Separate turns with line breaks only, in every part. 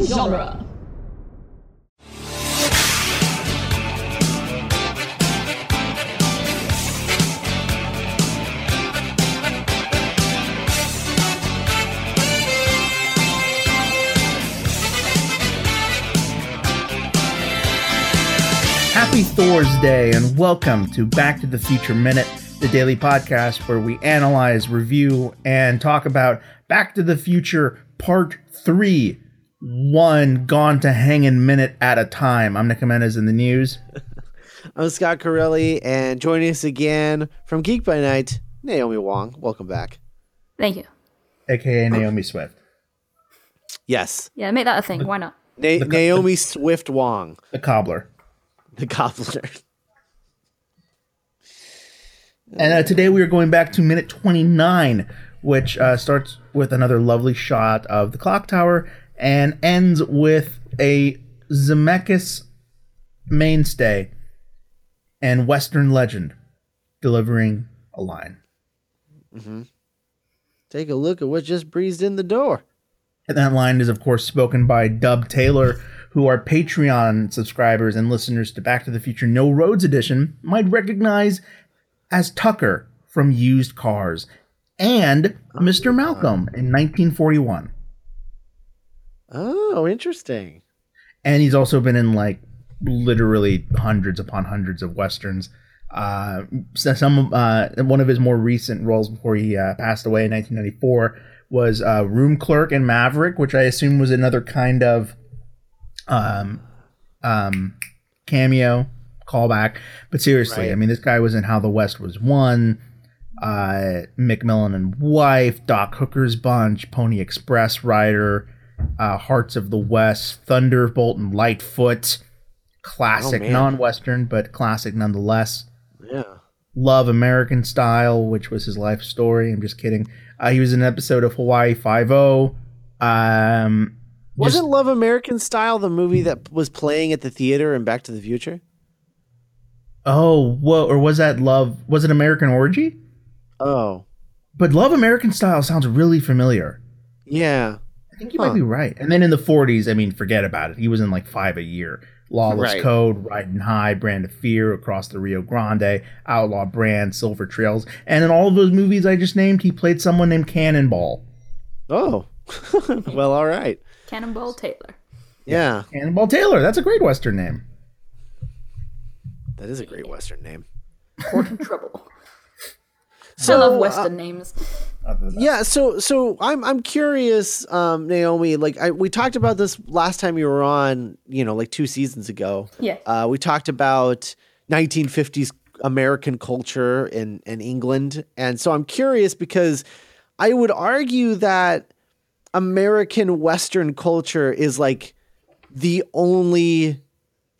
genre.
Happy Thursday and welcome to Back to the Future Minute, the daily podcast where we analyze, review, and talk about Back to the Future Part 3. One gone to hanging minute at a time. I'm Nick Jimenez in the news.
I'm Scott Corelli, and joining us again from Geek by Night, Naomi Wong. Welcome back.
Thank you.
aka Naomi Swift.
Yes,
Yeah, make that a thing. Why not?
Na- Naomi Swift Wong,
The cobbler.
the gobbler.
And uh, today we are going back to minute 29, which uh, starts with another lovely shot of the clock tower and ends with a Zemeckis mainstay and Western legend delivering a line.
Take a look at what just breezed in the door.
And that line is, of course, spoken by Dub Taylor, who are Patreon subscribers and listeners to Back to the Future No Roads Edition might recognize as Tucker from Used Cars and Mr. Malcolm in 1941.
Oh, interesting.
And he's also been in like literally hundreds upon hundreds of westerns. Uh, so some uh, one of his more recent roles before he uh, passed away in 1994 was uh, room clerk in Maverick, which I assume was another kind of um, um, cameo callback. But seriously,
Right.
I mean, this guy was in How the West Was Won, uh, Macmillan and Wife, Doc Hooker's Bunch, Pony Express Rider, uh, Hearts of the West, Thunderbolt and Lightfoot. Classic,
Oh, man.
non Western, but classic nonetheless.
Yeah.
Love American Style, which was his life story. I'm just kidding. Uh, he was in an episode of Hawaii Five O. Um,
Wasn't Love American Style the movie that was playing at the theater in Back to the Future?
oh, whoa, or was that Love? Was it American Orgy?
Oh,
But Love American Style sounds really familiar.
yeah.
I think you
Huh.
might be right. And then in the 40s, I mean, forget about it. He was in like five a year. Lawless
Right.
Code, Riding High, Brand of Fear, Across the Rio Grande, Outlaw Brand, Silver Trails. And in all of those movies I just named, he played someone named Cannonball.
Oh, well, all right.
Cannonball Taylor.
Yeah,
Cannonball Taylor. That's a great Western name.
that is a great Western name.
Court in trouble.
So,
I love
uh,
Western names.
Yeah, so so I'm I'm curious, um, Naomi. Like I, we talked about this last time you were on, you know, like two seasons ago.
Yeah.
Uh, we talked about 1950s American culture in in England, and so I'm curious because I would argue that American Western culture is like the only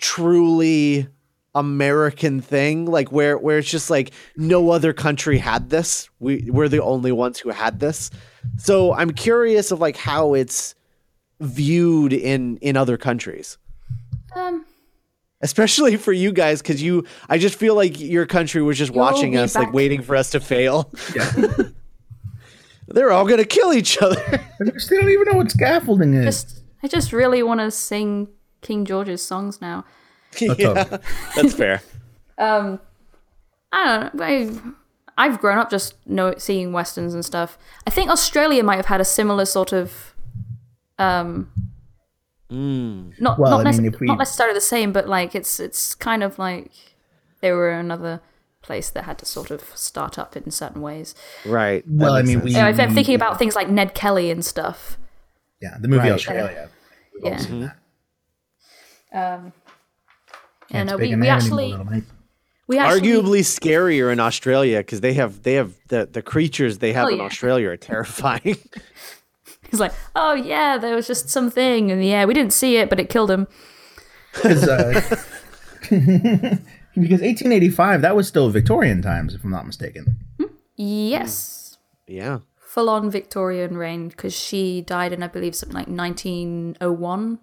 truly American thing, like where where it's just like no other country had this. We we're the only ones who had this. So I'm curious of like how it's viewed in in other countries,
Um,
especially for you guys, because you I just feel like your country was just
You'll
watching
be
us,
back.
like waiting for us to fail.
Yeah.
They're all gonna kill each other.
They just- they don't even know what scaffolding is.
just I just really want to sing King George's songs now.
yeah.
That's fair.
Um, I don't know. I, I've grown up just know seeing westerns and stuff. I think Australia might have had a similar sort of, um, not
Well,
not,
I
nece-
mean, if we-
not necessarily the same, but like it's it's kind of like they were another place that had to sort of start up in certain ways.
Right. that
Well, I
makes
mean,
sense.
we.
You know, if I'm thinking about things like Ned Kelly and stuff.
Yeah, the movie
Right. Mm-hmm.
Australia. We've all
Yeah.
seen that.
Um,
Can't
and uh,
speak
we,
in
we
there
actually
anymore, little mate.
we actually
arguably scarier in Australia because they have they have the the creatures they have
Oh,
in
yeah.
Australia are terrifying.
He's like, oh yeah, there was just something in the air. We didn't see it, but it killed him.
'Cause, uh, because 1885, that was still Victorian times, if I'm not mistaken.
Yes,
yeah.
full on Victorian reign because she died in I believe something like 1901.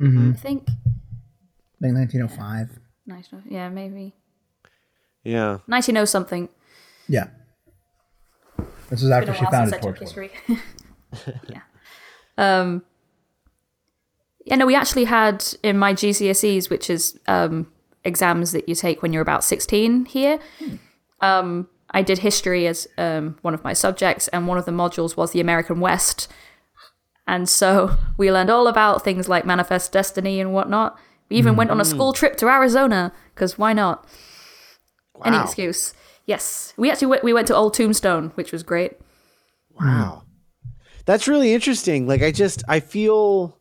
I think.
I think 1905.
19 Yeah, maybe
Yeah.
1900 something.
Yeah. This is
Been
after
a
she
while since
founded
I took
Torchwood.
history. yeah. Um. Yeah, no, we actually had in my GCSEs, which is um, exams that you take when you're about 16 here. Um, I did history as um, one of my subjects, and one of the modules was the American West. And so we learned all about things like manifest destiny and whatnot. We even went on a
Hmm.
school trip to Arizona because why not? Any
Wow.
excuse. Yes, we actually went, we went to Old Tombstone, which was great.
Wow. That's really interesting. Like I just I feel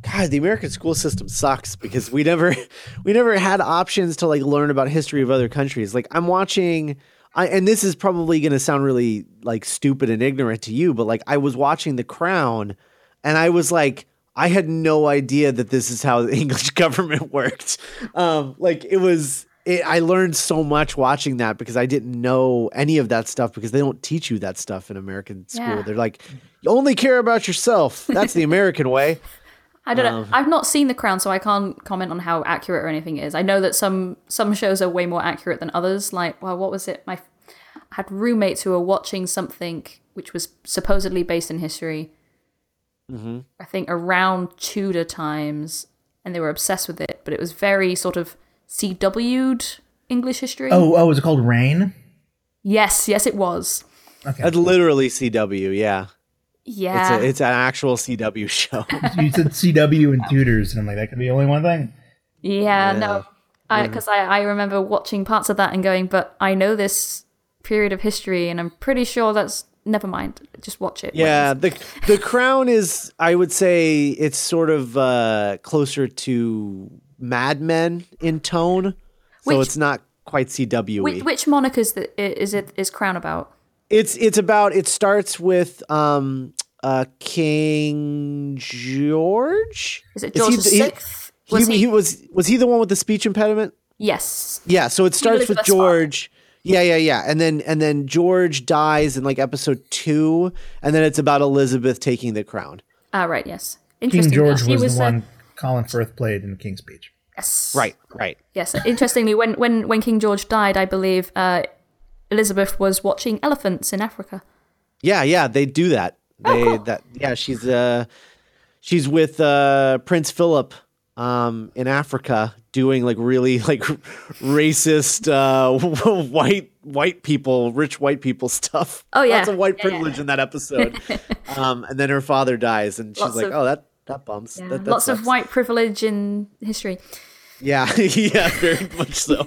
God, the American school system sucks because we never we never had options to like learn about history of other countries. Like I'm watching I and this is probably going to sound really like stupid and ignorant to you, but like I was watching The Crown and I was like I had no idea that this is how the English government worked. Um like it was it, I learned so much watching that because I didn't know any of that stuff because they don't teach you that stuff in American school.
Yeah.
They're like, you only care about yourself. That's the American way.
I don't
Um,
know. I've not seen The Crown, so I can't comment on how accurate or anything it is. I know that some some shows are way more accurate than others. Like, well, what was it? My I had roommates who were watching something which was supposedly based in history.
Mm-hmm.
I think around Tudor times, and they were obsessed with it. But it was very sort of CW'd English history.
Oh, oh, is it called Rain?
yes, yes, it was.
Okay.
That's literally CW. Yeah. It's,
Yeah,
a, it's an actual CW show.
you said CW and tutors, and I'm like, that could be only one thing.
Yeah, no. I Because I, I remember watching parts of that and going, but I know this period of history and I'm pretty sure that's. Never mind. Just watch it.
yeah. The, the Crown is, I would say, it's sort of uh, closer to Mad Men in tone. So
Which-
it's not quite CW. -y.
Which, which monarch is, the, i- is it is Crown about?
It's it's about it starts with um uh King George.
Is it
Is
George
he
the
the- he-
Sixth?
He,
Was
he,
he,
was was he the one with the speech impediment?
Yes.
Yeah, so it starts with
Elizabeth's
George. Yeah, yeah, yeah. And then and then George dies in like episode 2 and then it's about Elizabeth taking the crown.
Ah, right. Yes.
King
Interesting.
George
that he
was,
was
the
uh,
one Colin Firth played in King's Speech.
yes.
Right, right.
Yes. Interestingly, when when when King George died, I believe uh, Elizabeth was watching elephants in Africa.
Yeah, yeah, they do that. They
Oh, cool.
that yeah, she's uh she's with uh Prince Philip um in Africa doing like really like racist uh white white people, rich white people stuff.
Oh, yeah.
Lots of white
Yeah, yeah,
privilege in that episode. um and then her father dies and she's
Lots
like,
of-
"Oh, that that bumps. That, that
Lots
sucks."
of white privilege in history.
Yeah, yeah, very much so.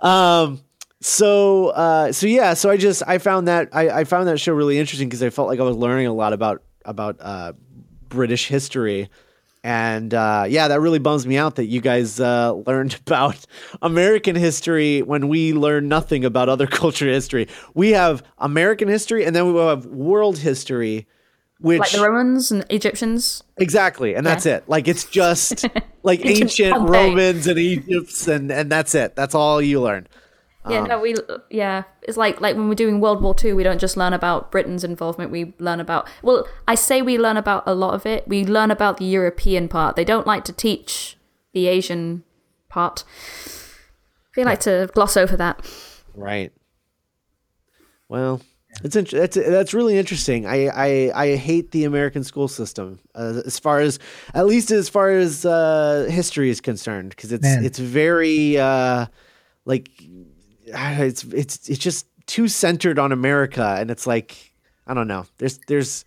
um, so, uh, so yeah, so I just I found that I, I found that show really interesting because I felt like I was learning a lot about about uh, British history, and uh, yeah, that really bums me out that you guys uh, learned about American history when we learn nothing about other culture history. We have American history, and then we have world history, which
Like the Romans and Egyptians.
Exactly, and that's it. Like it's just like ancient
Pompeii.
Romans and Egypts, and and that's it. That's all you learn. Um,
Yeah, no, we yeah. It's like like when we're doing World War Two, we don't just learn about Britain's involvement. We learn about well, I say we learn about a lot of it. We learn about the European part. They don't like to teach the Asian part. They like to gloss over that.
Right. Well, it's int- that's that's really interesting. I I I hate the American school system uh, as far as at least as far as uh, history is concerned because it's
Man.
it's very uh, like ah, it's it's it's just too centered on America and it's like I don't know. There's there's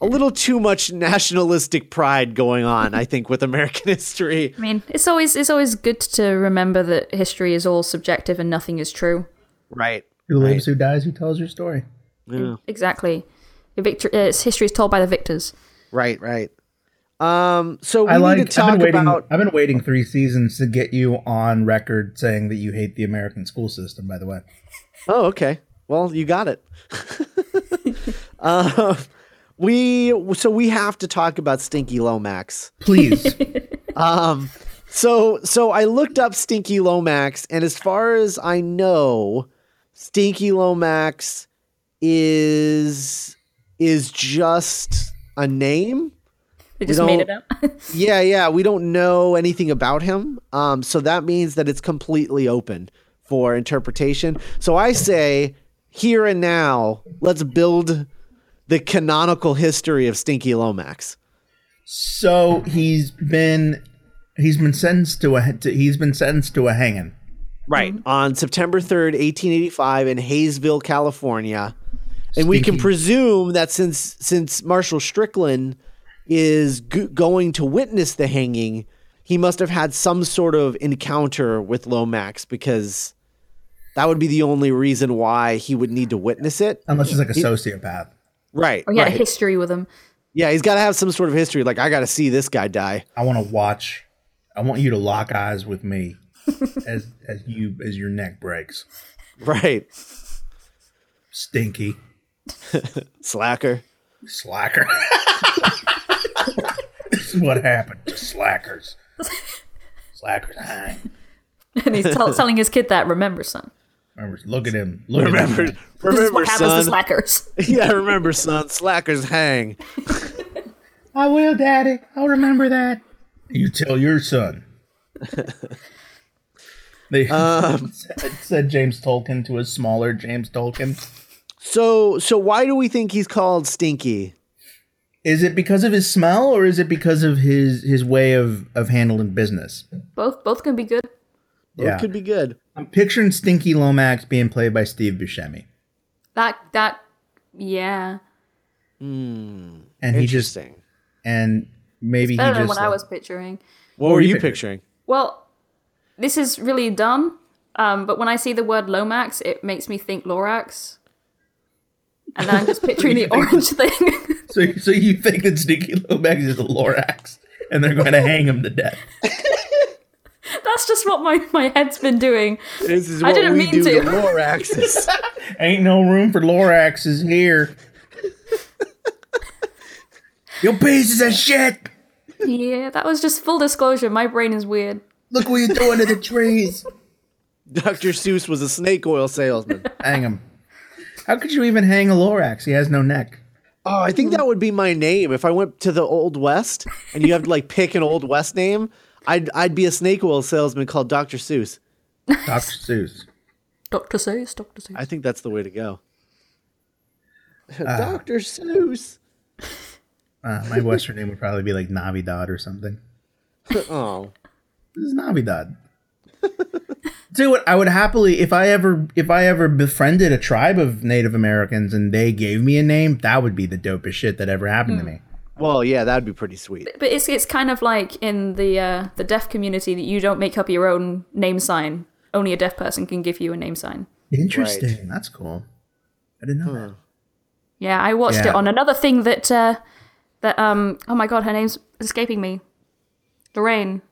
a little too much nationalistic pride going on, I think, with American history.
I mean, it's always it's always good to remember that history is all subjective and nothing is true.
Right.
Who lives, who dies, who tells your story?
Exactly. The victor- uh, it's history is told by the victors.
Right, right. Um so we
I
need
like.
to talk
I've been waiting.
about
I've been waiting three seasons to get you on record saying that you hate the American school system. By the way,
Oh, okay. Well, you got it. uh, we so we have to talk about Stinky Lomax.
please.
So so I looked up Stinky Lomax, and as far as I know, Stinky Lomax is is just a name.
They just made it
don't-
up.
Yeah, yeah. We don't know anything about him. Um, so that means that it's completely open for interpretation. So I say, here and now, let's build the canonical history of Stinky Lomax.
So he's been he's been sentenced to a to, he's been sentenced to a hanging.
Right. Mm-hmm. On September 3rd, 1885 in Hayesville, California. And we can
Stinky.
presume that since since Marshall Strickland is g- going to witness the hanging, he must have had some sort of encounter with Lomax because that would be the only reason why he would need to witness it.
Unless he's like a sociopath.
Right.
Or he had a
right.
history with him.
Yeah, he's got to have some sort of history. Like, I got to see this guy die.
I want to watch. I want you to lock eyes with me as as you as your neck breaks.
Right.
Stinky
Slacker.
slacker. this is what happened to slackers. Slackers. ah.
And he's tell- telling his kid that, remember, son.
Remember, look at him. Look at him.
This is
Remember,
what happens to
son.
slackers.
yeah, remember, son. Slackers hang.
I will, Daddy. I'll remember that. You tell your son. they
Um,
said, said James Tolkien to a smaller James Tolkien.
So, so why do we think he's called Stinky?
Is it because of his smell, or is it because of his his way of of handling business?
Both both can be good.
Both could be good.
I'm picturing Stinky Lomax being played by Steve Buscemi,
That that yeah.
and he just
Interesting.
and maybe he
Better than
just
what I
like-
was picturing.
What were
you
you
picturing?
picturing?
Well, this is really dumb. Um, but when I see the word Lomax, it makes me think Lorax. And I'm just picturing the orange thing.
so so you think that Stinky Lomax is a Lorax, and they're going to hang him to death.
That's just what my, my head's been doing.
This is
I
what
didn't
we
mean
do
to.
to Loraxes.
Ain't no room for Loraxes here. you pieces of shit!
Yeah, that was just full disclosure. My brain is weird.
Look what you're doing to the trees.
Dr. Seuss was a snake oil salesman.
Hang him. How could you even hang a Lorax? He has no neck.
Oh, I think that would be my name if I went to the Old West and you have to like pick an Old West name. I'd I'd be a snake oil salesman called Dr. Seuss.
Dr. Seuss.
Dr. Seuss, Dr. Seuss.
I think that's the way to go. Dr. Seuss.
Uh, my Western name would probably be like Navidad or something.
Oh,
This is Navidad. Do what I would happily if I ever if I ever befriended a tribe of Native Americans and they gave me a name, that would be the dopest shit that ever happened to me.
well, yeah, that'd be pretty sweet.
But it's it's kind of like in the uh, the deaf community that you don't make up your own name sign. Only a deaf person can give you a name sign.
Interesting. That's cool. I didn't know that.
Yeah, I watched
Yeah.
it on another thing that uh, that um oh my god, her name's escaping me. Lorraine,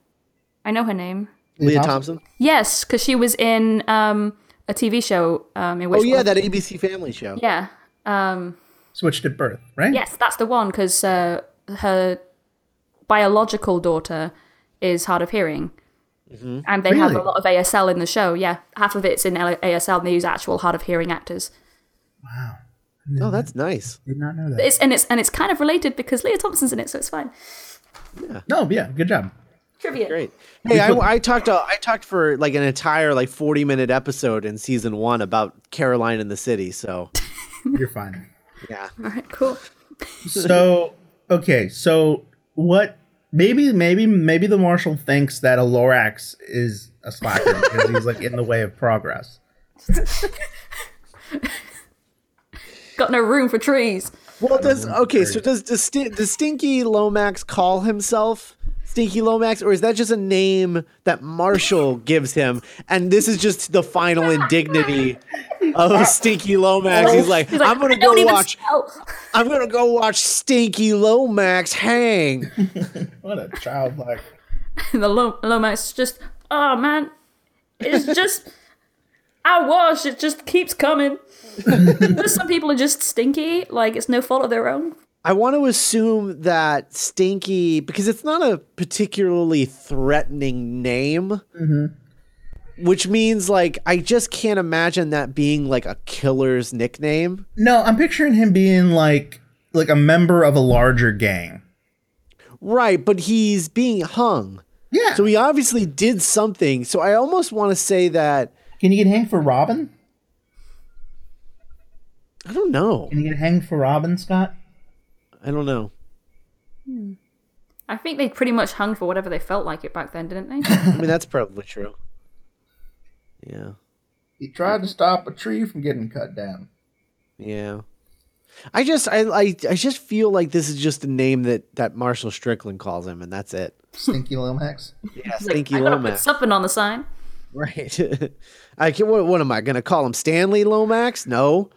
I know her name.
Leah Thompson.
Yes, because she was in um, a TV show um, in which
Oh yeah, that ABC Family show.
yeah um,
Switched at birth, right?
yes that's the one because uh, her biological daughter is hard of hearing.
Mm-hmm.
And they have a
Really?
lot of ASL in the show. Yeah, half of it's in L- ASL, and they use actual hard of hearing actors.
Wow.
Oh, that's nice.
Did not know that.
It's and it's and it's kind of related because Leah Thompson's in it, so it's fine.
no, yeah, good job.
Trivia.
Great. Hey, I, I talked. uh, I talked for like an entire like forty minute episode in season one about Caroline in the city. So
You're fine.
yeah,
All right, cool.
so okay, so what? Maybe, maybe, maybe the marshal thinks that a Lorax is a slacker because he's like in the way of progress.
Got no room for trees.
Well, does okay? So does does, Sti- does Stinky Lomax call himself Stinky Lomax, or is that just a name that Marshall gives him? And this is just the final indignity of Stinky Lomax. He's like,
He's like,
I'm gonna
"I don't
go
even
watch.
smell."
I'm gonna go watch Stinky Lomax hang.
What a childlike.
And the low, Lomax is just, oh man, it's just, I wash, it just keeps coming. There's some people are just stinky, like it's no fault of their own.
I want to assume that Stinky, because it's not a particularly threatening name, which means like I just can't imagine that being like a killer's nickname.
No, I'm picturing him being like like a member of a larger gang.
Right, but he's being hung.
Yeah.
So he obviously did something. So I almost want to say that
Can you get hanged for Robin?
I don't know.
Can you get hanged for Robin, Scott?
I don't know.
I think they pretty much hung for whatever they felt like it back then, didn't they?
I mean, that's probably true. Yeah.
He tried to stop a tree from getting cut down.
Yeah. I just I, I I just feel like this is just a name that that Marshall Strickland calls him and that's it.
Stinky Lomax.
Yeah,
Like,
Stinky
I gotta put
Lomax.
something on the sign.
Right. I can, what, what am I going to call him? Stanley Lomax? No.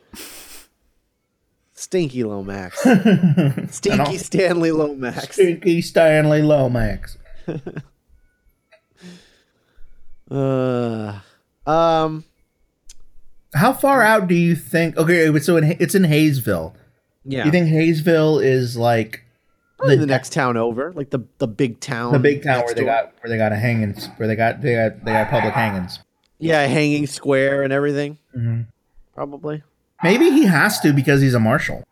Stinky Lomax. Stinky
don't-
Stanley Lomax.
Stinky Stanley Lomax.
Uh, um,
How
Mm.
far out do you think? Okay, so in, it's in Hayesville.
yeah.
You think Hayesville is like
Probably the next town over, like the, the big town.
the
Um,
big town where
next
they
door.
got where they got a hangings where they got they got they got public hangings.
Yeah, hanging square and everything.
Mhm.
Probably.
Maybe he has to because he's a marshal.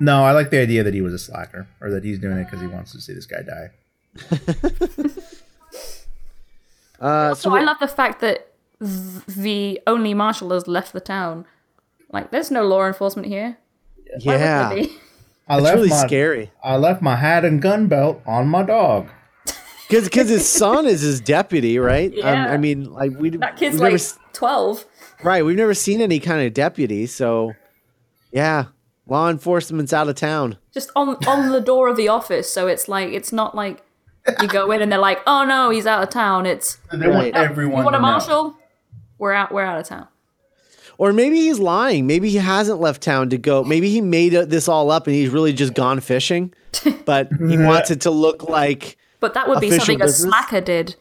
No, I like the idea that he was a slacker or that he's doing it because he wants to see this guy die.
Uh, so
So I love the fact that th- the only marshal has left the town. Like, there's no law enforcement here. Why would
yeah,
there
it's
be?
I left
really
my
scary
I left my hat and gun belt on my dog.
because his son is his deputy, right? Um,
Yeah.
I mean, like we
That kid's
we've never
like
s-
12.
Right. We've never seen any kind of deputy. So, yeah, law enforcement's out of town.
Just on, on the door of the office. So it's like, it's not like you go in and they're like, oh no, he's out of town. It's, uh,
They
want Right.
Oh, you want a marshal? We're out, we're out of town.
Or maybe he's lying. Maybe he hasn't left town to go. Maybe he made uh, this all up and he's really just gone fishing, but he wants it to look like,
But that would be
Official
something
business?
a slacker did.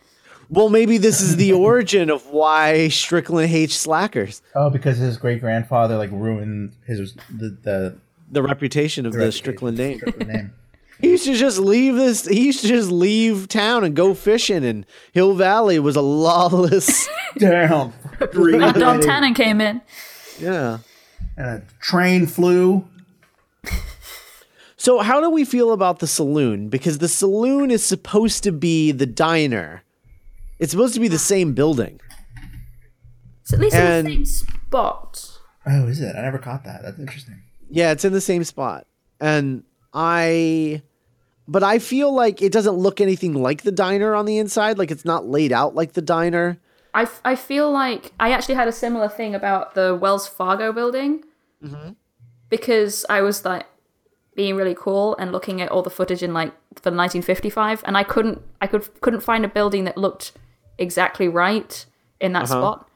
well, maybe this is the origin of why Strickland hates slackers,
Oh, because his great grandfather like ruined his the the,
the reputation of the
reputation.
Strickland name.
the name.
He used to just leave this. He used to just leave town and go fishing, and Hill Valley was a lawless.
Down.
And Don Tannen came in.
yeah.
And a train flew.
So, how do we feel about the saloon? Because the saloon is supposed to be the diner. It's supposed to be the same building.
It's at least
And-
in the same spot.
Oh, is it? I never caught that. That's interesting.
Yeah, it's in the same spot. And I but I feel like it doesn't look anything like the diner on the inside, like it's not laid out like the diner.
I, f- I feel like I actually had a similar thing about the Wells Fargo building because I was like being really cool and looking at all the footage in like for 1955, and I couldn't I could couldn't find a building that looked exactly right in that spot.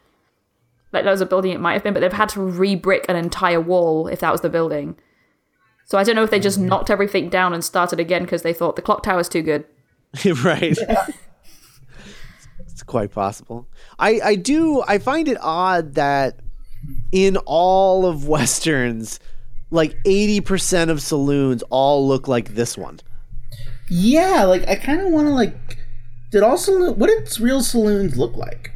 Like that was a building it might have been, but they've had to re-brick an entire wall if that was the building. So I don't know if they just knocked everything down and started again because they thought the clock tower's too good.
right. it's quite possible. I I do I find it odd that in all of westerns like 80% of saloons all look like this one.
Yeah, like I kind of want to like. Did all saloon? What did real saloons look like?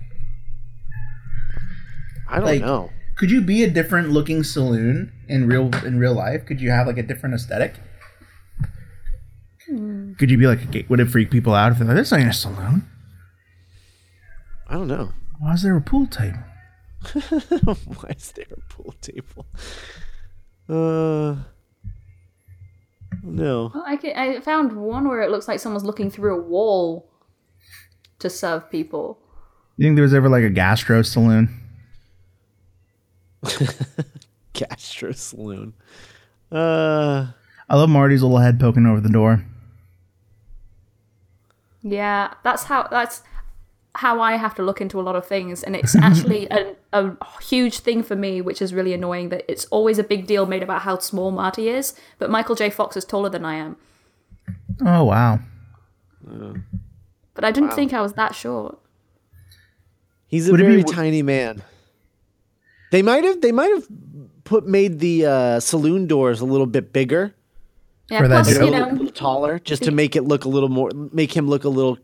I don't
Like-
know.
Could you be a different looking saloon in real in real life? Could you have like a different aesthetic?
Hmm.
Could you be like a gate? Would it freak people out if they're like, "This ain't a saloon"?
I don't know.
Why is there a pool table?
Why is there a pool table? Uh, no.
Well, I, ca- I found one where it looks like someone's looking through a wall to serve people.
You think there was ever like a gastro saloon?
Castro Saloon. Uh,
I love Marty's little head poking over the door.
Yeah, that's how that's how I have to look into a lot of things, and it's actually a, a huge thing for me, which is really annoying. That it's always a big deal made about how small Marty is, but Michael J. Fox is taller than I am.
Oh wow!
But I didn't think I was that short.
he's a
Would it be
very
w-
tiny man. They might have. They might have put made the uh, saloon doors a little bit bigger,
Yeah,
For that
plus you
joke.
a little
know,
taller, just to make it look a little more, make him look a little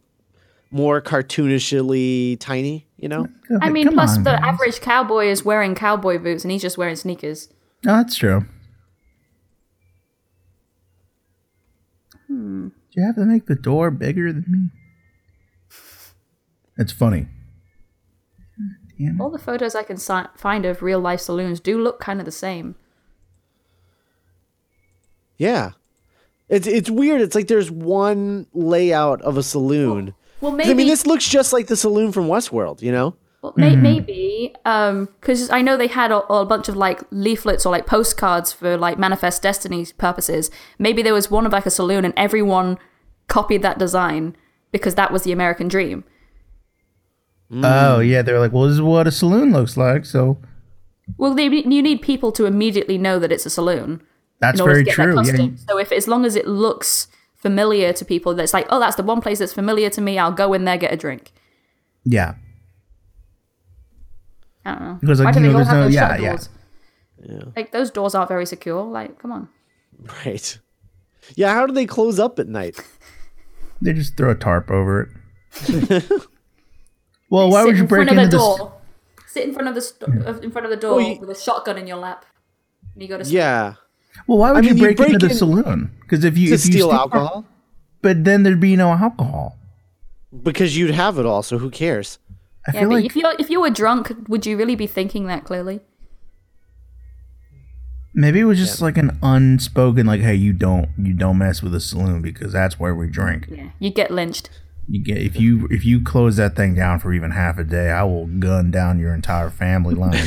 more cartoonishly tiny. You know.
I mean,
Come
plus
on,
the
guys.
average cowboy is wearing cowboy boots, and he's just wearing sneakers.
No, that's true. Hmm.
Hmm.
Do you have to make the door bigger than me? It's funny. Damn it.
All the photos I can si- find of real life saloons do look kind of the same.
Yeah. It's it's weird. It's like there's one layout of a saloon.
Well,
'Cause,
maybe.
I mean, this looks just like the saloon from Westworld. You know?
Well, may-
Mm-hmm.
maybe because I know they had a, a bunch of like leaflets or like postcards for like manifest destiny purposes. Maybe there was one of like a saloon, and everyone copied that design because that was the American dream.
Mm.
Oh yeah, they're like, well, this is what a saloon looks like. So
Well, they, you need people to immediately know that it's a saloon
that's
in order
very
to get that
true. Yeah,
custom. So if as long as it looks familiar to people, that's like, oh, that's the one place that's familiar to me. I'll go in there, get a drink.
yeah.
I don't know.
Because, like,
Why do
you
they
know,
all
there's
have
no-
those
yeah,
shutter
yeah.
doors? Like those doors aren't very secure. Like, come on.
Right. Yeah. How do they close up at night?
They just throw a tarp over it. well, why
sit
would you
in
break
front
into
of the
this? Hmm.
door? Sit in front of the st- of- in front of the door
Well, you-
with a shotgun in your lap, and you go to sleep.
Yeah.
Well, why would
mean,
you
you
break,
break
into the
in
saloon? Because if you
To
if you
steal
steal-
alcohol
but then there'd be no alcohol.
because you'd have it all. So who cares?
I
Yeah,
feel
but
like
if you if you were drunk, would you really be thinking that clearly?
maybe it was just like an unspoken, like, hey, you don't you don't mess with a saloon because that's where we drink.
Yeah, you get lynched.
You get if you if you close that thing down for even half a day, I will gun down your entire family line.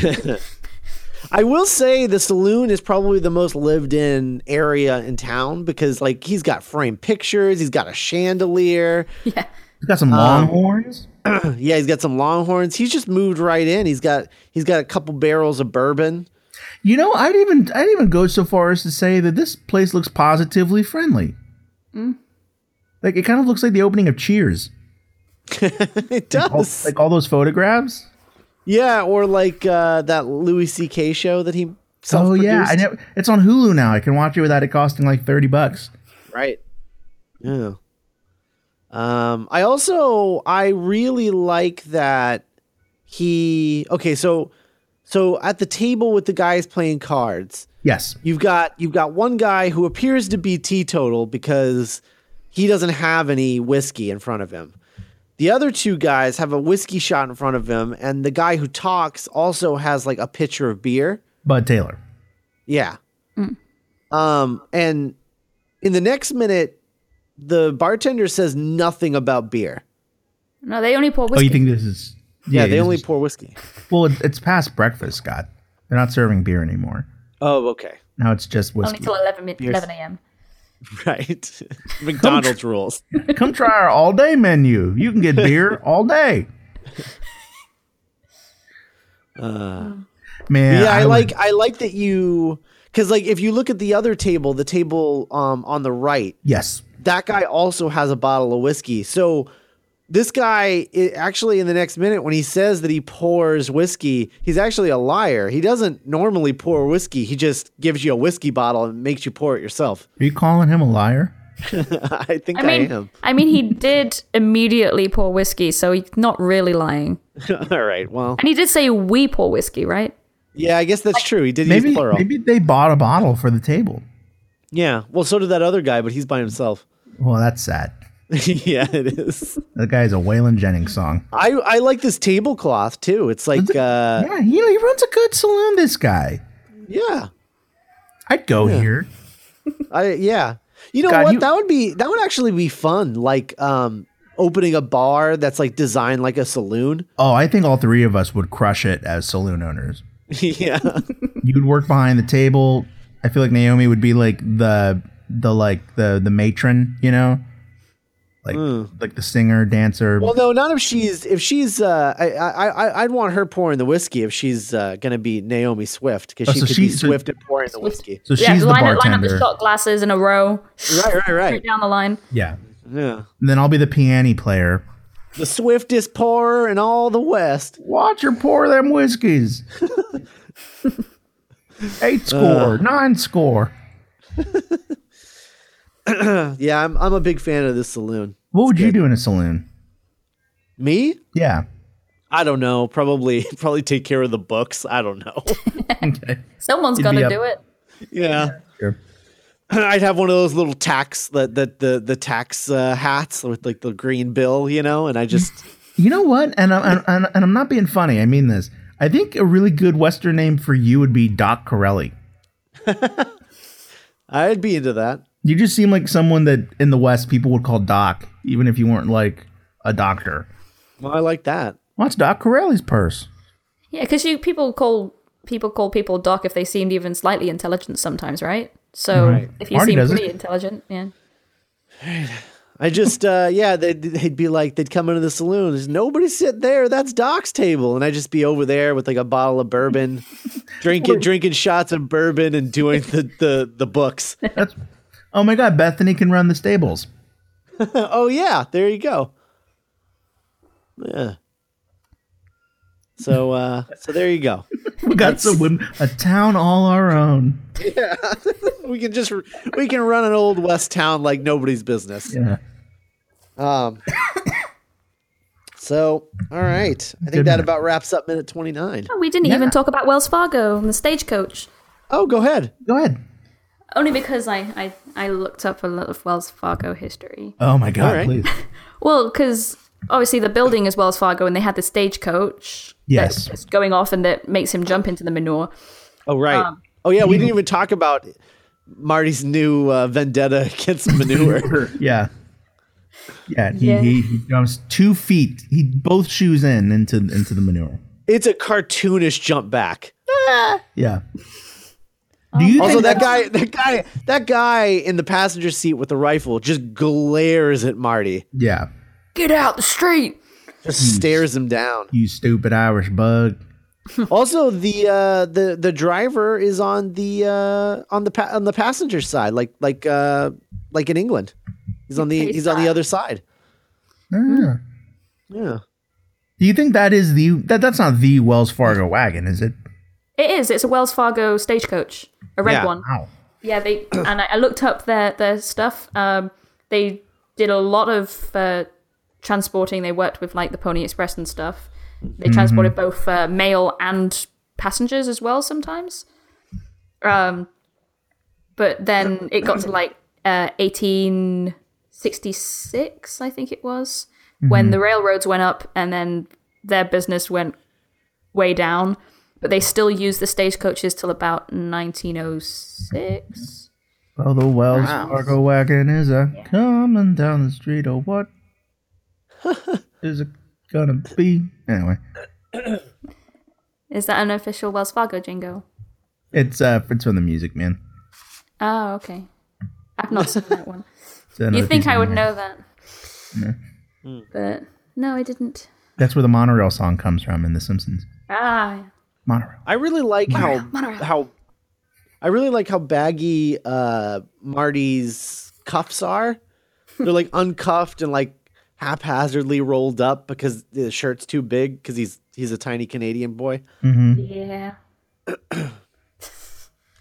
I will say the saloon is probably the most lived in area in town because like he's got framed pictures, he's got a chandelier,
Yeah,
It's got some
Um,
longhorns.
yeah, he's got some longhorns. He's just moved right in. He's got he's got a couple barrels of bourbon.
You know, I'd even I'd even go so far as to say that this place looks positively friendly. Like it kind of looks like the opening of Cheers.
It
All,
does.
like all those photographs.
yeah, or like uh that Louis C.K. show that he
Oh
self-produced.
yeah, I never, it's on Hulu now. I can watch it without it costing like thirty bucks.
Right. Yeah. Um, I also I really like that he okay, so so at the table with the guys playing cards,
Yes,
you've got you've got one guy who appears to be teetotal because he doesn't have any whiskey in front of him. The other two guys have a whiskey shot in front of him, and the guy who talks also has like a pitcher of beer.
Bud Taylor.
Yeah. Um, and in the next minute, the bartender says nothing about beer.
no, they only pour
Oh,
whiskey.
you think this is?
Yeah, they
this
only
is-
pour whiskey.
Well, it, it's past breakfast, Scott. They're not serving beer anymore.
Oh, okay.
Now it's just
only
whiskey.
till 11, mi- 11 a.m.
Right. McDonald's rules.
Come try our all day menu. You can get beer all day. Man,
Uh, Yeah, I,
would-
like I like that you because like if you look at the other table, the table um on the right,
Yes,
that guy also has a bottle of whiskey. So this guy i actually in the next minute when he says that he pours whiskey, he's actually a liar. He doesn't normally pour whiskey. He just gives you a whiskey bottle and makes you pour it yourself.
are you calling him a liar?
I think
I
I,
mean,
am.
I mean, he did immediately pour whiskey, so he's not really lying.
All right. Well,
And he did say we pour whiskey, right?
yeah, I guess that's true. He did
Maybe
use plural.
maybe they bought a bottle for the table.
Yeah. Well, so did that other guy, but he's by himself.
Well, that's sad.
yeah, it is.
That guy is a Waylon Jennings song.
I I like this tablecloth too. It's like uh
yeah, you know he runs a good saloon. This guy,
yeah.
I'd go here.
I yeah. You know
God,
what?
you-
that would be that would actually be fun. Like um opening a bar that's like designed like a saloon.
Oh, I think all three of us would crush it as saloon owners.
yeah.
You'd work behind the table. I feel like Naomi would be like the the like the the matron, you know, like like the singer dancer.
Well, no, not if she's if she's uh I I I- I'd want her pouring the whiskey if she's uh gonna be Naomi Swift because
Oh,
she
so
could be
she's- so-
Swift at pouring the whiskey.
so
yeah,
she's the
line,
bartender.
up, line up the shot glasses in a row,
Right, right, right.
straight down the line.
Yeah,
Yeah.
and then I'll be the piano player.
The swiftest pourer in all the West.
Watch her pour them whiskeys. Eight score, nine score.
Yeah, I'm I'm a big fan of this saloon.
What would you do in a saloon?
Me?
Yeah.
I don't know. Probably probably take care of the books. I don't know.
Someone's
You'd
got
be
to
up-
do it.
yeah.
Sure.
I'd have one of those little tax that that the the tax uh, hats with like the green bill, you know, and I just
You know what? And I'm, and, and I'm not being funny. I mean this. I think a really good Western name for you would be Doc Corelli.
I'd be into that.
You just seem like someone that in the West people would call Doc, even if you weren't like a doctor.
Well, I like that.
What's Doc Corelli's purse?
Yeah, because you people call people call people doc if they seemed even slightly intelligent sometimes, right? So
Right.
if you
Marty
seem
does
pretty
it.
intelligent, yeah.
I just, uh, yeah, they'd, they'd be like, they'd come into the saloon. There's nobody sit there. That's Doc's table. And I'd just be over there with like a bottle of bourbon, drinking, drinking shots of bourbon and doing the, the, the books.
That's oh my god, Bethany can run the stables.
oh, yeah, there you go. Yeah. So, uh, so there you go.
We got some women, a town all our own.
We can just, we can run an old West town like nobody's business.
Yeah,
Um, so, all right. I think
Good
that
minute.
about wraps up minute 29.
Oh, we didn't
Yeah.
even talk about Wells Fargo and the stagecoach.
Oh, go ahead.
go ahead.
Only because I, I, I looked up a lot of Wells Fargo history.
Oh my god,
All right.
please.
Well, because obviously the building is Wells Fargo and they had the stagecoach
Yes.
that's going off and that makes him jump into the manure.
Oh, right. oh, yeah. We didn't even talk about Marty's new uh, vendetta against manure.
Yeah. Yeah, he,
Yeah.
He, he jumps two feet. He both shoes in into into the manure.
it's a cartoonish jump back.
Yeah. Do you
Also,
think
that guy, that guy, that guy in the passenger seat with the rifle just glares at Marty,
Yeah,
Get out the street!
just stares him down.
you stupid Irish bug.
Also, the uh, the the driver is on the uh, on the pa- on the passenger side, like like uh, like in England. He's on the
He's
he's on the
not.
other side.
Ah.
Yeah.
Do you think that is the that that's not the Wells Fargo wagon, is it?
It is. It's a Wells Fargo stagecoach, a red
Yeah.
one.
Wow.
Yeah, they and I, I looked up their their stuff. Um, they did a lot of uh, transporting. They worked with like the Pony Express and stuff. They transported both uh, mail and passengers as well sometimes. Um, but then it got to like uh, 1866, I think it was, when the railroads went up, and then their business went way down. But they still used the stagecoaches till about 1906.
Well, the Wells Fargo wagon is a coming down the street, or what is it gonna be? Anyway,
Is that an official Wells Fargo jingle?
it's uh, it's from the Music Man.
Oh, okay. I've not seen that one.
It's another
You think
piece of
I would
music.
know that? But no, I didn't.
That's where the monorail song comes from in The Simpsons.
Ah,
Monorail.
I really like how
Monorail.
how I really like how baggy uh, Marty's cuffs are. They're like uncuffed and like haphazardly rolled up because the shirt's too big because he's he's a tiny Canadian boy.
Mm-hmm.
yeah.
I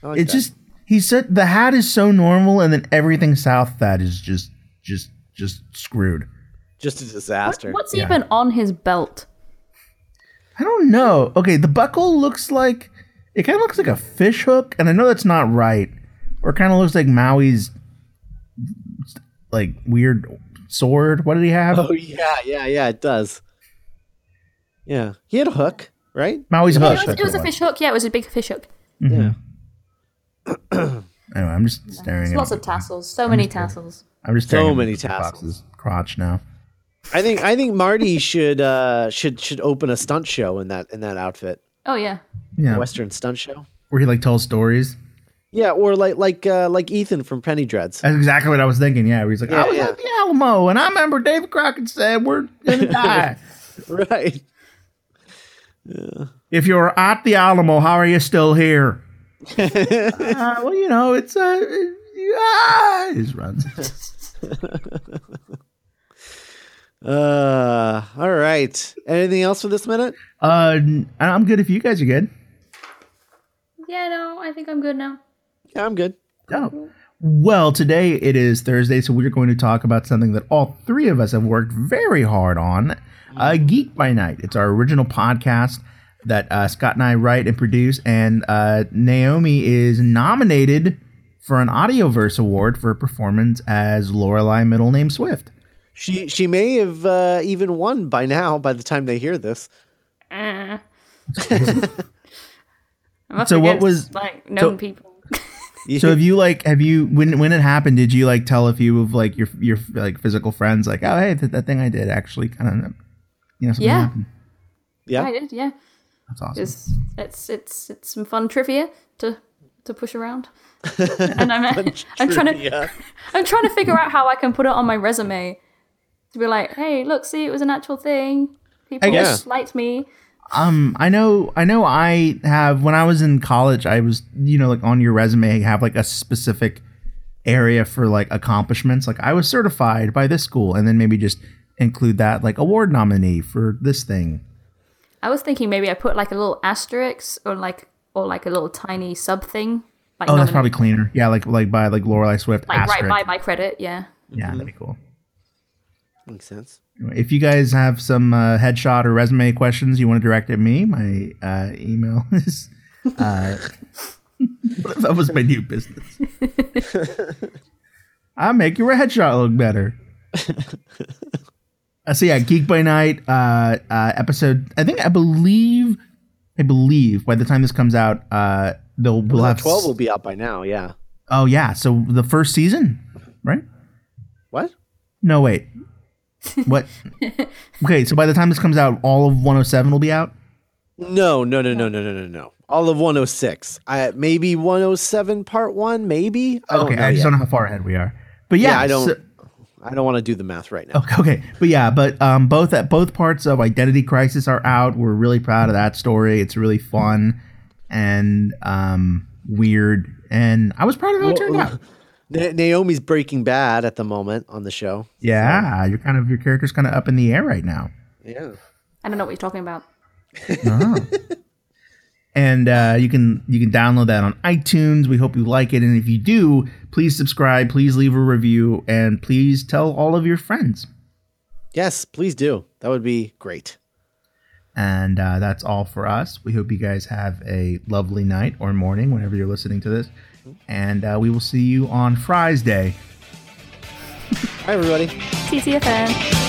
like
It's
that.
just he said the hat is so normal, and then everything south of that is just just just screwed.
just a disaster.
What's even on his belt?
I don't know. Okay, the buckle looks like it kind of looks like a fish hook, and I know that's not right. Or kind of looks like Maui's like weird sword. What did he have?
Oh yeah, yeah, yeah. It does. Yeah, he had a hook, right?
Maui's
Yeah,
hook.
it was, it was a fish hook. Yeah, it was a big fish hook.
Yeah.
Mm-hmm. Anyway, I'm just staring.
There's
At,
lots of tassels. So many tassels.
I'm just
So
staring at
many
Mr.
tassels.
Fox's crotch now.
I think I think Marty should uh should should open a stunt show in that in that outfit,
Oh yeah.
Yeah,
Western stunt show.
where he like tells stories.
Yeah, or like like uh like Ethan from Penny Dreads.
That's exactly what I was thinking. Yeah, where he's like,
Yeah,
I was
yeah.
at the Alamo, and I remember David Crockett said we're gonna die.
right.
if you're at the Alamo, how are you still here? uh, well, you know, it's uh, it- ah, he just runs.
Uh all right. Anything else for this minute?
Uh, n- I'm good if you guys are good.
Yeah. No, I think I'm good now.
Yeah, I'm good.
Oh. Well, today it is Thursday, so we're going to talk about something that all three of us have worked very hard on uh, Geek by Night. It's our original podcast that uh, Scott and I write and produce, and uh, Naomi is nominated for an Audioverse Award for a performance as Lorelei Middle Name Swift.
She she may have uh even won by now by the time they hear this.
Eh. I'm up
So what
against,
was-
like known
so-
people?
So have you like have you when when it happened? Did you like tell a few of like your your like physical friends like oh hey that, that thing I did actually kind of you know something
Yeah.
happened?
Yeah,
yeah.
I did. Yeah,
that's awesome.
it's it's it's it's some fun trivia to to push around. and I'm I'm trying to
Yeah.
I'm trying to figure out how I can put it on my resume to be like, hey, look, see, it was an actual thing. People
guess-
just liked me.
Um, I know, I know. I have when I was in college, I was you know like on your resume have like a specific area for like accomplishments. Like I was certified by this school, and then maybe just include that like award nominee for this thing.
I was thinking maybe I put like a little asterisk or like or like a little tiny sub thing. Like
Oh, that's
nominate-
probably cleaner. Yeah, like like by like Lorelai Swift.
like
asterisk.
right by my credit. Yeah.
yeah, that'd be cool.
Makes sense.
If you guys have some uh, headshot or resume questions you want to direct at me, my uh, email is. Uh, that was my new business. I make your headshot look better. Uh, so yeah, Geek by Night uh, uh, episode. I think I believe, I believe by the time this comes out, uh, they'll we'll have s-
Twelve will be out by now. Yeah.
Oh yeah, so the first season, right?
What?
No, wait. What? okay, so by the time this comes out, all of 107 will be out.
No, no, no, no, no, no, no, no. All of 106. I maybe 107 part one. Maybe. I don't
Okay,
know
I just
yet.
don't know how far ahead we are. But
Oh,
yeah,
Yeah, Oh. I don't.
so-
I don't want to do the math right now.
okay, okay, but yeah, but um, both at both parts of Identity Crisis are out. We're really proud of that story. It's really fun and um, weird, and I was proud of how it turned out.
Na- Naomi's Breaking Bad at the moment on the show.
Yeah, you're kind of your character's kind of up in the air right now.
Yeah.
I don't know what you're talking about.
Oh. and uh, you can you can download that on iTunes. We hope you like it, and if you do, please subscribe, please leave a review, and please tell all of your friends.
Yes, please do. That would be great.
And uh, that's all for us. We hope you guys have a lovely night or morning whenever you're listening to this, and uh, we will see you on Friday's Day.
Hi, everybody.
TTFN.